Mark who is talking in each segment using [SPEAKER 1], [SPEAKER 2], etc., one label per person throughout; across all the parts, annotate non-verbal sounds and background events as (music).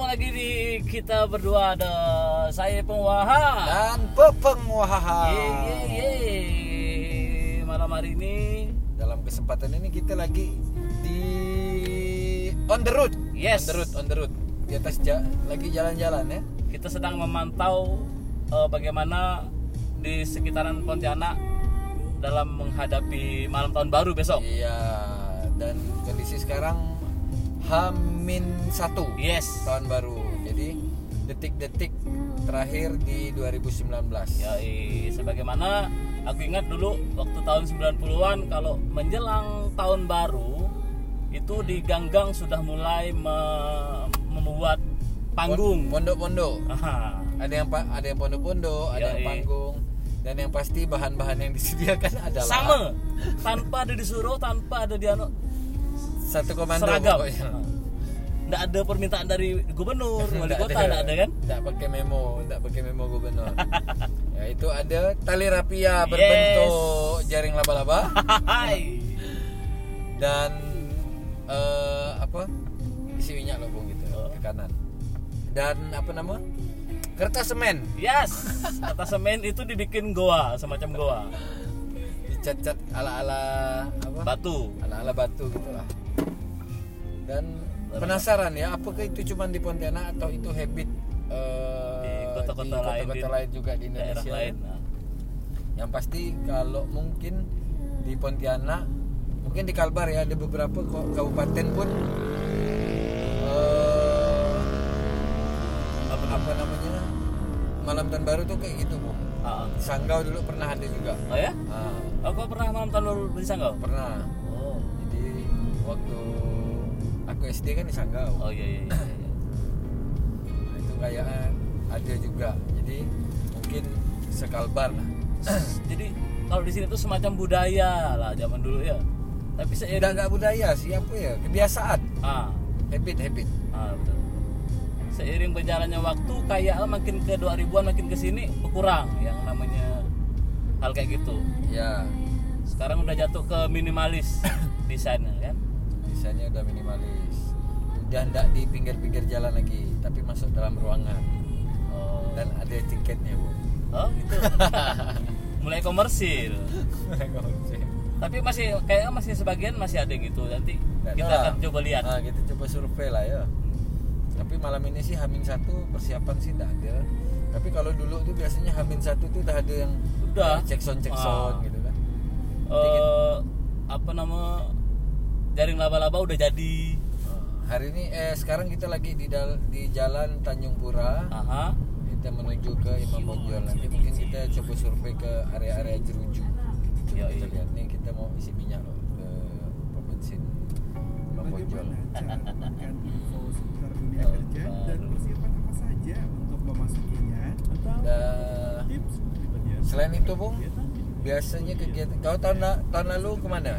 [SPEAKER 1] lagi di kita berdua ada saya Pengwaha.
[SPEAKER 2] (coughs) dan Pepeng Wahaha.
[SPEAKER 1] Ye ye ye. Malam hari ini
[SPEAKER 2] Dalam kesempatan ini kita lagi di on the road.
[SPEAKER 1] Yes.
[SPEAKER 2] On the road, on the road. Di atas ja- lagi jalan-jalan ya.
[SPEAKER 1] kita sedang memantau eh, bagaimana di sekitaran Pontianak dalam menghadapi malam tahun baru besok.
[SPEAKER 2] Iya. Dan kondisi sekarang Hamin satu
[SPEAKER 1] Yes.
[SPEAKER 2] tahun baru. Jadi detik-detik terakhir di 2019.
[SPEAKER 1] Ya, eh, sebagaimana aku ingat dulu waktu tahun 90-an kalau menjelang tahun baru itu di gang-gang sudah mulai me- membuat panggung.
[SPEAKER 2] Pondok-pondok.
[SPEAKER 1] Aha.
[SPEAKER 2] Ada yang pa- ada yang pondok-pondok, ada yang
[SPEAKER 1] Yoi.
[SPEAKER 2] panggung. Dan yang pasti bahan-bahan yang (laughs) disediakan adalah
[SPEAKER 1] Sama, tanpa ada disuruh, tanpa ada dianu
[SPEAKER 2] satu komando
[SPEAKER 1] seragam.
[SPEAKER 2] pokoknya.
[SPEAKER 1] Nggak ada permintaan dari
[SPEAKER 2] (laughs)
[SPEAKER 1] gubernur, wali
[SPEAKER 2] Nggak
[SPEAKER 1] kota, nggak ada kan?
[SPEAKER 2] Nggak pakai memo, nggak pakai memo
[SPEAKER 1] (laughs)
[SPEAKER 2] gubernur. ya itu ada tali rapia berbentuk jaring laba-laba
[SPEAKER 1] Hai.
[SPEAKER 2] dan eh, apa? Isi minyak lubung gitu
[SPEAKER 1] Oh.
[SPEAKER 2] ke kanan. Dan apa nama? Kertas semen
[SPEAKER 1] Yes, kata semen itu dibikin goa, semacam goa,
[SPEAKER 2] dicat-cat ala-ala apa?
[SPEAKER 1] batu.
[SPEAKER 2] Ala-ala batu gitulah. Dan penasaran ya, apakah itu cuma di Pontianak atau itu habit eh,
[SPEAKER 1] Di kota-kota
[SPEAKER 2] di
[SPEAKER 1] lain,
[SPEAKER 2] kota-kota
[SPEAKER 1] di
[SPEAKER 2] lain juga di
[SPEAKER 1] Daerah
[SPEAKER 2] Indonesia?
[SPEAKER 1] lain. Nah.
[SPEAKER 2] yang pasti kalau mungkin di Pontianak mungkin di Kalbar ya ada beberapa ko- kabupaten pun eh, apa, apa namanya malam tahun baru tuh kayak gitu bu
[SPEAKER 1] Ah,
[SPEAKER 2] Di Sanggau dulu pernah ada juga
[SPEAKER 1] Oh ya?
[SPEAKER 2] Ah,
[SPEAKER 1] Oh, kau pernah malam tahun baru di Sanggau?
[SPEAKER 2] pernah
[SPEAKER 1] Oh.
[SPEAKER 2] jadi waktu aku SD kan di Sanggau
[SPEAKER 1] Oh iya iya. iya, iya.
[SPEAKER 2] Nah, itu kayak ada juga jadi mungkin sekalbar lah
[SPEAKER 1] S- Jadi kalau di sini tuh semacam budaya lah zaman dulu ya. Tapi saya
[SPEAKER 2] udah nggak budaya sih apa ya kebiasaan
[SPEAKER 1] ah,
[SPEAKER 2] habit habit
[SPEAKER 1] ah betul. Seiring berjalannya waktu kayak makin ke 2000-an makin ke sini berkurang yang namanya hal kayak gitu.
[SPEAKER 2] ya
[SPEAKER 1] Sekarang udah jatuh ke
[SPEAKER 2] (coughs)
[SPEAKER 1] minimalis desainnya kan.
[SPEAKER 2] desainnya udah minimalis udah ndak di pinggir-pinggir jalan lagi tapi masuk dalam ruangan
[SPEAKER 1] Oh,
[SPEAKER 2] dan ada tiketnya (laughs) bu
[SPEAKER 1] oh gitu. (laughs) Mulai komersil. Tapi masih kayaknya masih sebagian masih ada yang gitu. Nanti
[SPEAKER 2] Nggak
[SPEAKER 1] kita
[SPEAKER 2] tahu lah.
[SPEAKER 1] akan coba lihat.
[SPEAKER 2] Ah, kita coba survei lah ya tapi malam ini sih Hamin satu persiapan sih tidak ada tapi kalau dulu tuh biasanya Hamin satu tuh udah ada yang
[SPEAKER 1] Udah.
[SPEAKER 2] cek sound cek
[SPEAKER 1] Ah.
[SPEAKER 2] sound gitu kan
[SPEAKER 1] eh apa nama jaring laba-laba udah jadi
[SPEAKER 2] Ah, hari ini eh sekarang kita lagi di dal- di jalan Tanjung Pura
[SPEAKER 1] aha
[SPEAKER 2] kita Ah. Iya, menuju ke Imam Bonjol Iya, nanti mungkin kita coba survei ke area-area jeruju
[SPEAKER 1] Yoi.
[SPEAKER 2] kita lihat nih kita mau isi minyak loh ke pom bensin Imam Bonjol
[SPEAKER 3] Bagaimana cara mendapatkan info seputar dunia kerja dan persiapan apa saja untuk memasukinya?
[SPEAKER 2] Dah.
[SPEAKER 3] Tips berikutnya.
[SPEAKER 2] selain itu bung
[SPEAKER 3] Kegiatan
[SPEAKER 2] biasanya kegiatan kau tahun la- tahun lalu kemana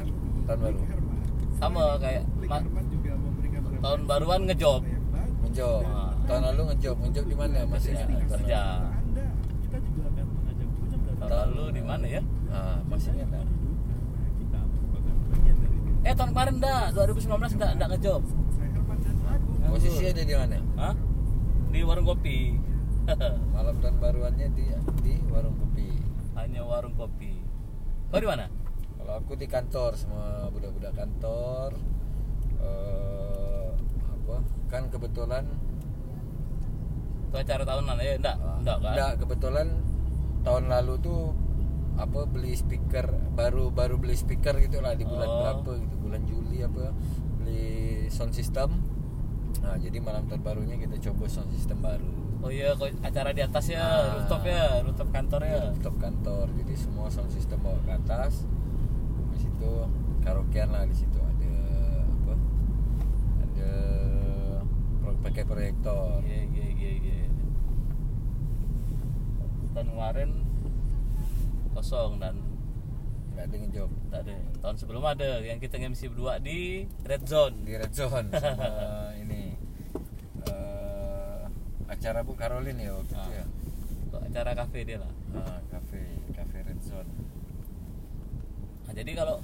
[SPEAKER 2] tahun baru
[SPEAKER 3] Klik Hermat.
[SPEAKER 1] Sama
[SPEAKER 3] Selain
[SPEAKER 1] kayak
[SPEAKER 3] Klik
[SPEAKER 1] ma-
[SPEAKER 3] Hermat juga memberikan beberapa
[SPEAKER 1] tahun baruan
[SPEAKER 3] info
[SPEAKER 1] ngejob
[SPEAKER 3] yang baik
[SPEAKER 2] ngejob
[SPEAKER 1] Ah.
[SPEAKER 2] tahun lalu ngejob ngejob di mana mas
[SPEAKER 1] Kerja,
[SPEAKER 2] ingat
[SPEAKER 3] untuk
[SPEAKER 1] kerja.
[SPEAKER 3] Anda. Kita juga akan mengajak Anda berada
[SPEAKER 1] tahun lalu di mana ya
[SPEAKER 2] ah masih ingat tak?
[SPEAKER 3] hidup karena kita merupakan bagian dari tim.
[SPEAKER 1] eh tahun kemarin dah 2019 enggak enggak ngejob
[SPEAKER 3] Saya Hermat dan Agung.
[SPEAKER 2] posisi ada di mana
[SPEAKER 1] Hah? di warung kopi (laughs)
[SPEAKER 2] malam tahun baruannya di di warung kopi
[SPEAKER 1] hanya warung kopi oh di mana
[SPEAKER 2] Kalau aku di kantor sama budak-budak kantor eh apa? Kan kebetulan
[SPEAKER 1] itu acara tahunan ya enggak
[SPEAKER 2] Ah,
[SPEAKER 1] enggak kan
[SPEAKER 2] Nggak, kebetulan tahun lalu tuh apa beli speaker baru baru beli speaker gitulah di bulan
[SPEAKER 1] Oh.
[SPEAKER 2] berapa gitu bulan Juli apa beli sound system nah jadi malam terbarunya kita coba sound system baru
[SPEAKER 1] oh iya kok acara di atas ya
[SPEAKER 2] Ah.
[SPEAKER 1] rooftop ya rooftop kantor ya
[SPEAKER 2] laptop Iya, kantor jadi semua sound system bawa ke atas di situ karaokean lah di situ ada apa ada pro- pakai proyektor
[SPEAKER 1] iya iya iya iya tahun kemarin kosong dan
[SPEAKER 2] nggak ada ngejob
[SPEAKER 1] Tak ada. Tahun sebelum ada yang kita MC berdua di Red Zone.
[SPEAKER 2] di red zone
[SPEAKER 1] (laughs)
[SPEAKER 2] sama ini eh, acara bu Karolin ya waktu itu
[SPEAKER 1] Ah.
[SPEAKER 2] ya
[SPEAKER 1] Untuk acara kafe dia lah.
[SPEAKER 2] Ah, cafe cafe red zone
[SPEAKER 1] Nah, jadi kalau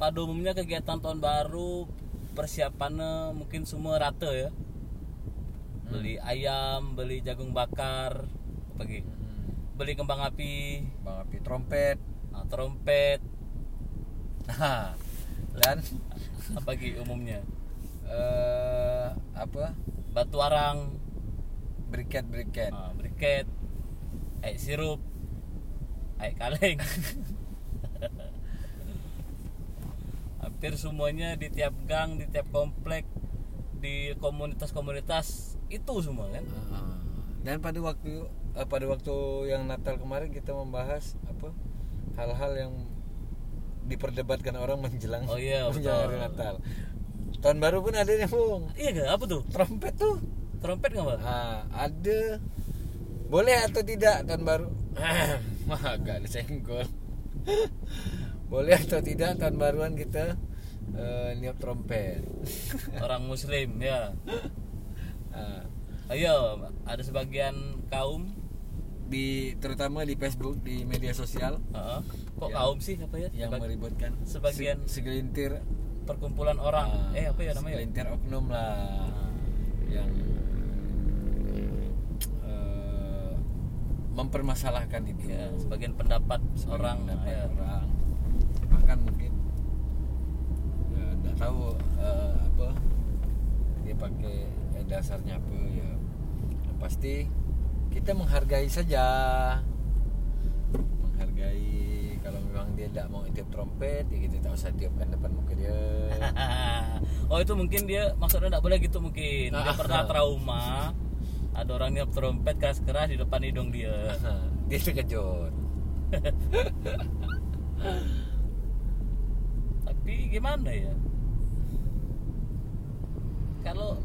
[SPEAKER 1] pada umumnya kegiatan tahun baru persiapannya mungkin semua rata ya. beli ayam beli jagung bakar pagi
[SPEAKER 2] Hmm.
[SPEAKER 1] beli kembang api
[SPEAKER 2] Bang api trompet. (laughs)
[SPEAKER 1] ah, trompet
[SPEAKER 2] Nah, dan
[SPEAKER 1] apalagi umumnya
[SPEAKER 2] eh apa?
[SPEAKER 1] batu arang
[SPEAKER 2] Briket-briket.
[SPEAKER 1] ah, briket air sirup air kaleng (laughs) hampir semuanya di tiap gang di tiap komplek di komunitas-komunitas itu semua kan
[SPEAKER 2] Ah, Dan pada waktu eh, pada waktu yang Natal kemarin kita membahas apa? Hal-hal yang diperdebatkan orang menjelang
[SPEAKER 1] Oh iya,
[SPEAKER 2] (laughs) menjelang
[SPEAKER 1] betul.
[SPEAKER 2] hari Natal. Tahun baru pun ada nih, Bung.
[SPEAKER 1] iya nggak apa tuh
[SPEAKER 2] Trompet tuh.
[SPEAKER 1] trompet nggak bang
[SPEAKER 2] Ah, ada boleh atau tidak tahun
[SPEAKER 1] (coughs)
[SPEAKER 2] baru Wah, agak disenggol (laughs) boleh atau tidak tahun baruan kita eh, niup
[SPEAKER 1] (laughs)
[SPEAKER 2] trompet
[SPEAKER 1] orang muslim ya
[SPEAKER 2] Ah,
[SPEAKER 1] ayo ada sebagian kaum
[SPEAKER 2] di terutama di Facebook di media sosial
[SPEAKER 1] Heeh. kok
[SPEAKER 2] Yang-
[SPEAKER 1] kaum sih apa ya
[SPEAKER 2] yang
[SPEAKER 1] Sebag-
[SPEAKER 2] meributkan
[SPEAKER 1] sebagian-
[SPEAKER 2] se- segelintir
[SPEAKER 1] perkumpulan orang
[SPEAKER 2] ah,
[SPEAKER 1] eh apa ya namanya
[SPEAKER 2] segelintir oknum lah yang eh, mempermasalahkan itu
[SPEAKER 1] ya sebagian pendapat
[SPEAKER 2] Sebagai
[SPEAKER 1] orang
[SPEAKER 2] pendapat
[SPEAKER 1] ya.
[SPEAKER 2] orang bahkan mungkin ya nggak tahu eh, apa dia pakai eh, dasarnya apa ya Yang pasti kita menghargai saja menghargai kalau memang dia tidak mau tiup trompet ya kita tak usah tiupkan depan muka dia (laughs)
[SPEAKER 1] (laughs) oh itu mungkin dia maksudnya nggak boleh gitu mungkin
[SPEAKER 2] Ah.
[SPEAKER 1] dia pernah trauma ada orang niup trompet keras keras di depan hidung
[SPEAKER 2] (laughs)
[SPEAKER 1] dia
[SPEAKER 2] dia terkejut
[SPEAKER 1] tapi gimana ya kalau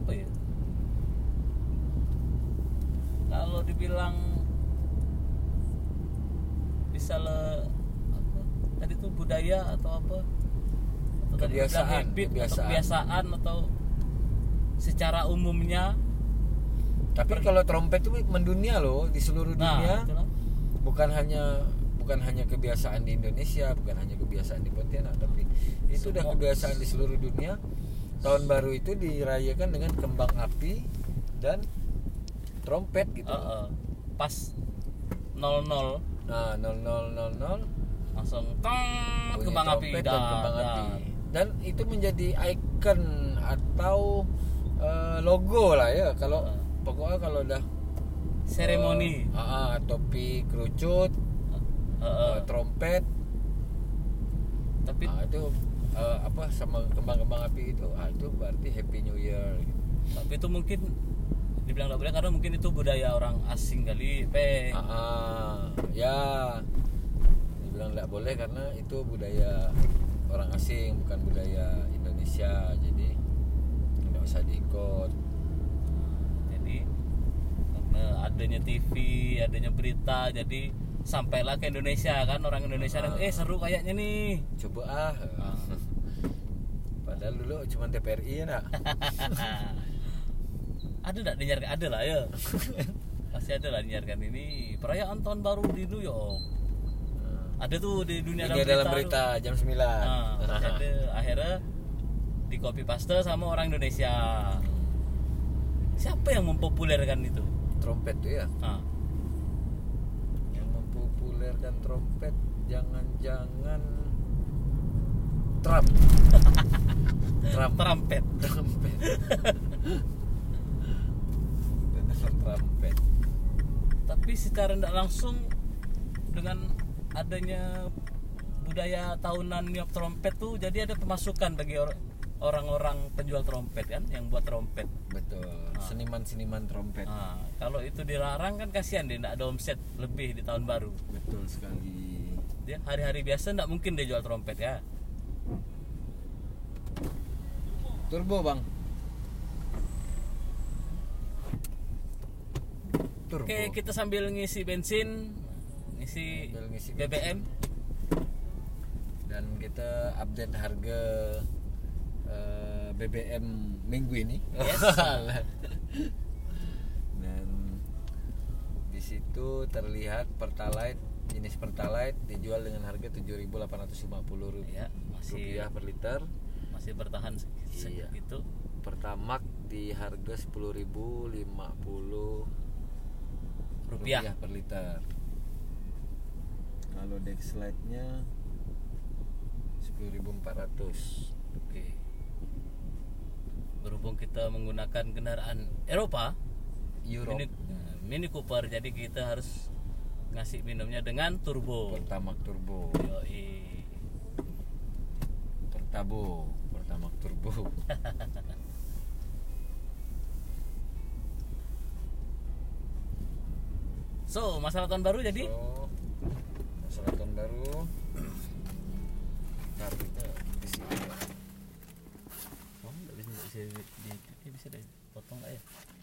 [SPEAKER 1] apa ya kalau dibilang bisa le apa tadi tuh budaya atau apa atau tadi dibilang
[SPEAKER 2] Kebiasaan,
[SPEAKER 1] habit atau
[SPEAKER 2] kebiasaan.
[SPEAKER 1] kebiasaan atau secara umumnya
[SPEAKER 2] tapi kalau trompet itu mendunia loh di seluruh dunia
[SPEAKER 1] nah itulah.
[SPEAKER 2] bukan hanya bukan hanya kebiasaan di Indonesia, bukan hanya kebiasaan di Pontianak, tapi itu udah
[SPEAKER 1] Semua.
[SPEAKER 2] kebiasaan di seluruh dunia. Tahun baru itu dirayakan dengan kembang api dan trompet gitu.
[SPEAKER 1] Eh, eh, pas 00
[SPEAKER 2] Nah, 0000
[SPEAKER 1] langsung tong
[SPEAKER 2] bunyi
[SPEAKER 1] kembang api
[SPEAKER 2] Oh iya, trompet
[SPEAKER 1] dah,
[SPEAKER 2] dan kembang
[SPEAKER 1] dah.
[SPEAKER 2] api. Dan itu menjadi icon atau eh, logo lah ya. Kalau
[SPEAKER 1] Ah.
[SPEAKER 2] pokoknya kalau udah
[SPEAKER 1] seremoni
[SPEAKER 2] eh, ah, ah, topi kerucut,
[SPEAKER 1] Eh, eh,
[SPEAKER 2] eh, trompet
[SPEAKER 1] tapi
[SPEAKER 2] Ah, itu eh, apa sama kembang-kembang api itu ah, itu berarti Happy New Year. gitu.
[SPEAKER 1] tapi itu mungkin dibilang nggak boleh karena mungkin itu budaya orang asing kali pe
[SPEAKER 2] Ah, ah, ya dibilang tidak boleh karena itu budaya orang asing bukan budaya Indonesia jadi tidak usah diikut.
[SPEAKER 1] jadi karena adanya TV adanya berita jadi sampailah ke Indonesia kan orang Indonesia
[SPEAKER 2] Ah.
[SPEAKER 1] yang, eh seru kayaknya nih
[SPEAKER 2] Coba
[SPEAKER 1] (laughs)
[SPEAKER 2] ah.
[SPEAKER 1] Ah.
[SPEAKER 2] Padahal dulu cuma TPRI ya
[SPEAKER 1] (laughs)
[SPEAKER 2] nak.
[SPEAKER 1] Nah, ada nggak dinyarkan ada lah
[SPEAKER 2] (laughs)
[SPEAKER 1] ya pasti ada lah dinyarkan ini perayaan tahun baru di New York ada tuh di dunia
[SPEAKER 2] Ini Ah. dalam
[SPEAKER 1] tuh.
[SPEAKER 2] berita jam 9
[SPEAKER 1] Nah, pasti ada akhirnya di copy paste sama orang Indonesia siapa yang mempopulerkan itu
[SPEAKER 2] Trompet tuh ya.
[SPEAKER 1] nah,
[SPEAKER 2] yang mempopulerkan trompet jangan-jangan (laughs) Trump Trump
[SPEAKER 1] trompet
[SPEAKER 2] trompet Benar, trompet
[SPEAKER 1] tapi secara tidak langsung dengan adanya budaya tahunan niup trompet tuh jadi ada pemasukan bagi or- orang-orang penjual trompet kan yang buat trompet
[SPEAKER 2] betul seniman-seniman trompet
[SPEAKER 1] Nah, kalau itu dilarang kan kasihan dia tidak ada omset lebih di tahun baru
[SPEAKER 2] betul sekali
[SPEAKER 1] dia hari-hari biasa tidak mungkin dia jual trompet ya
[SPEAKER 2] turbo bang turbo
[SPEAKER 1] Oke, kita sambil ngisi bensin, ngisi,
[SPEAKER 2] Sambil ngisi
[SPEAKER 1] BBM.
[SPEAKER 2] dan kita update harga eh, BBM minggu ini
[SPEAKER 1] Yes.
[SPEAKER 2] (laughs) dan di situ terlihat pertalite jenis pertalite dijual dengan harga 7.850 rupiah,
[SPEAKER 1] Ya, masih
[SPEAKER 2] rupiah per liter
[SPEAKER 1] masih bertahan se-
[SPEAKER 2] Iya.
[SPEAKER 1] segitu.
[SPEAKER 2] pertamax di harga 10.050
[SPEAKER 1] Rupiah.
[SPEAKER 2] per liter. Kalau deck slide-nya 10.400. Oke.
[SPEAKER 1] berhubung kita menggunakan kendaraan Eropa
[SPEAKER 2] Euro.
[SPEAKER 1] Mini, Mini Cooper jadi kita harus ngasih minumnya dengan turbo
[SPEAKER 2] Pertamax turbo.
[SPEAKER 1] Iya. Yoi.
[SPEAKER 2] Pertabo. Pertamax
[SPEAKER 1] (laughs)
[SPEAKER 2] turbo.
[SPEAKER 1] Ah, so masalah tahun baru jadi
[SPEAKER 2] So, masalah tahun baru. Ntar kita di sini.
[SPEAKER 1] Oh, nggak bisa nggak bisa di- di- di- bisa dipotong nggak ya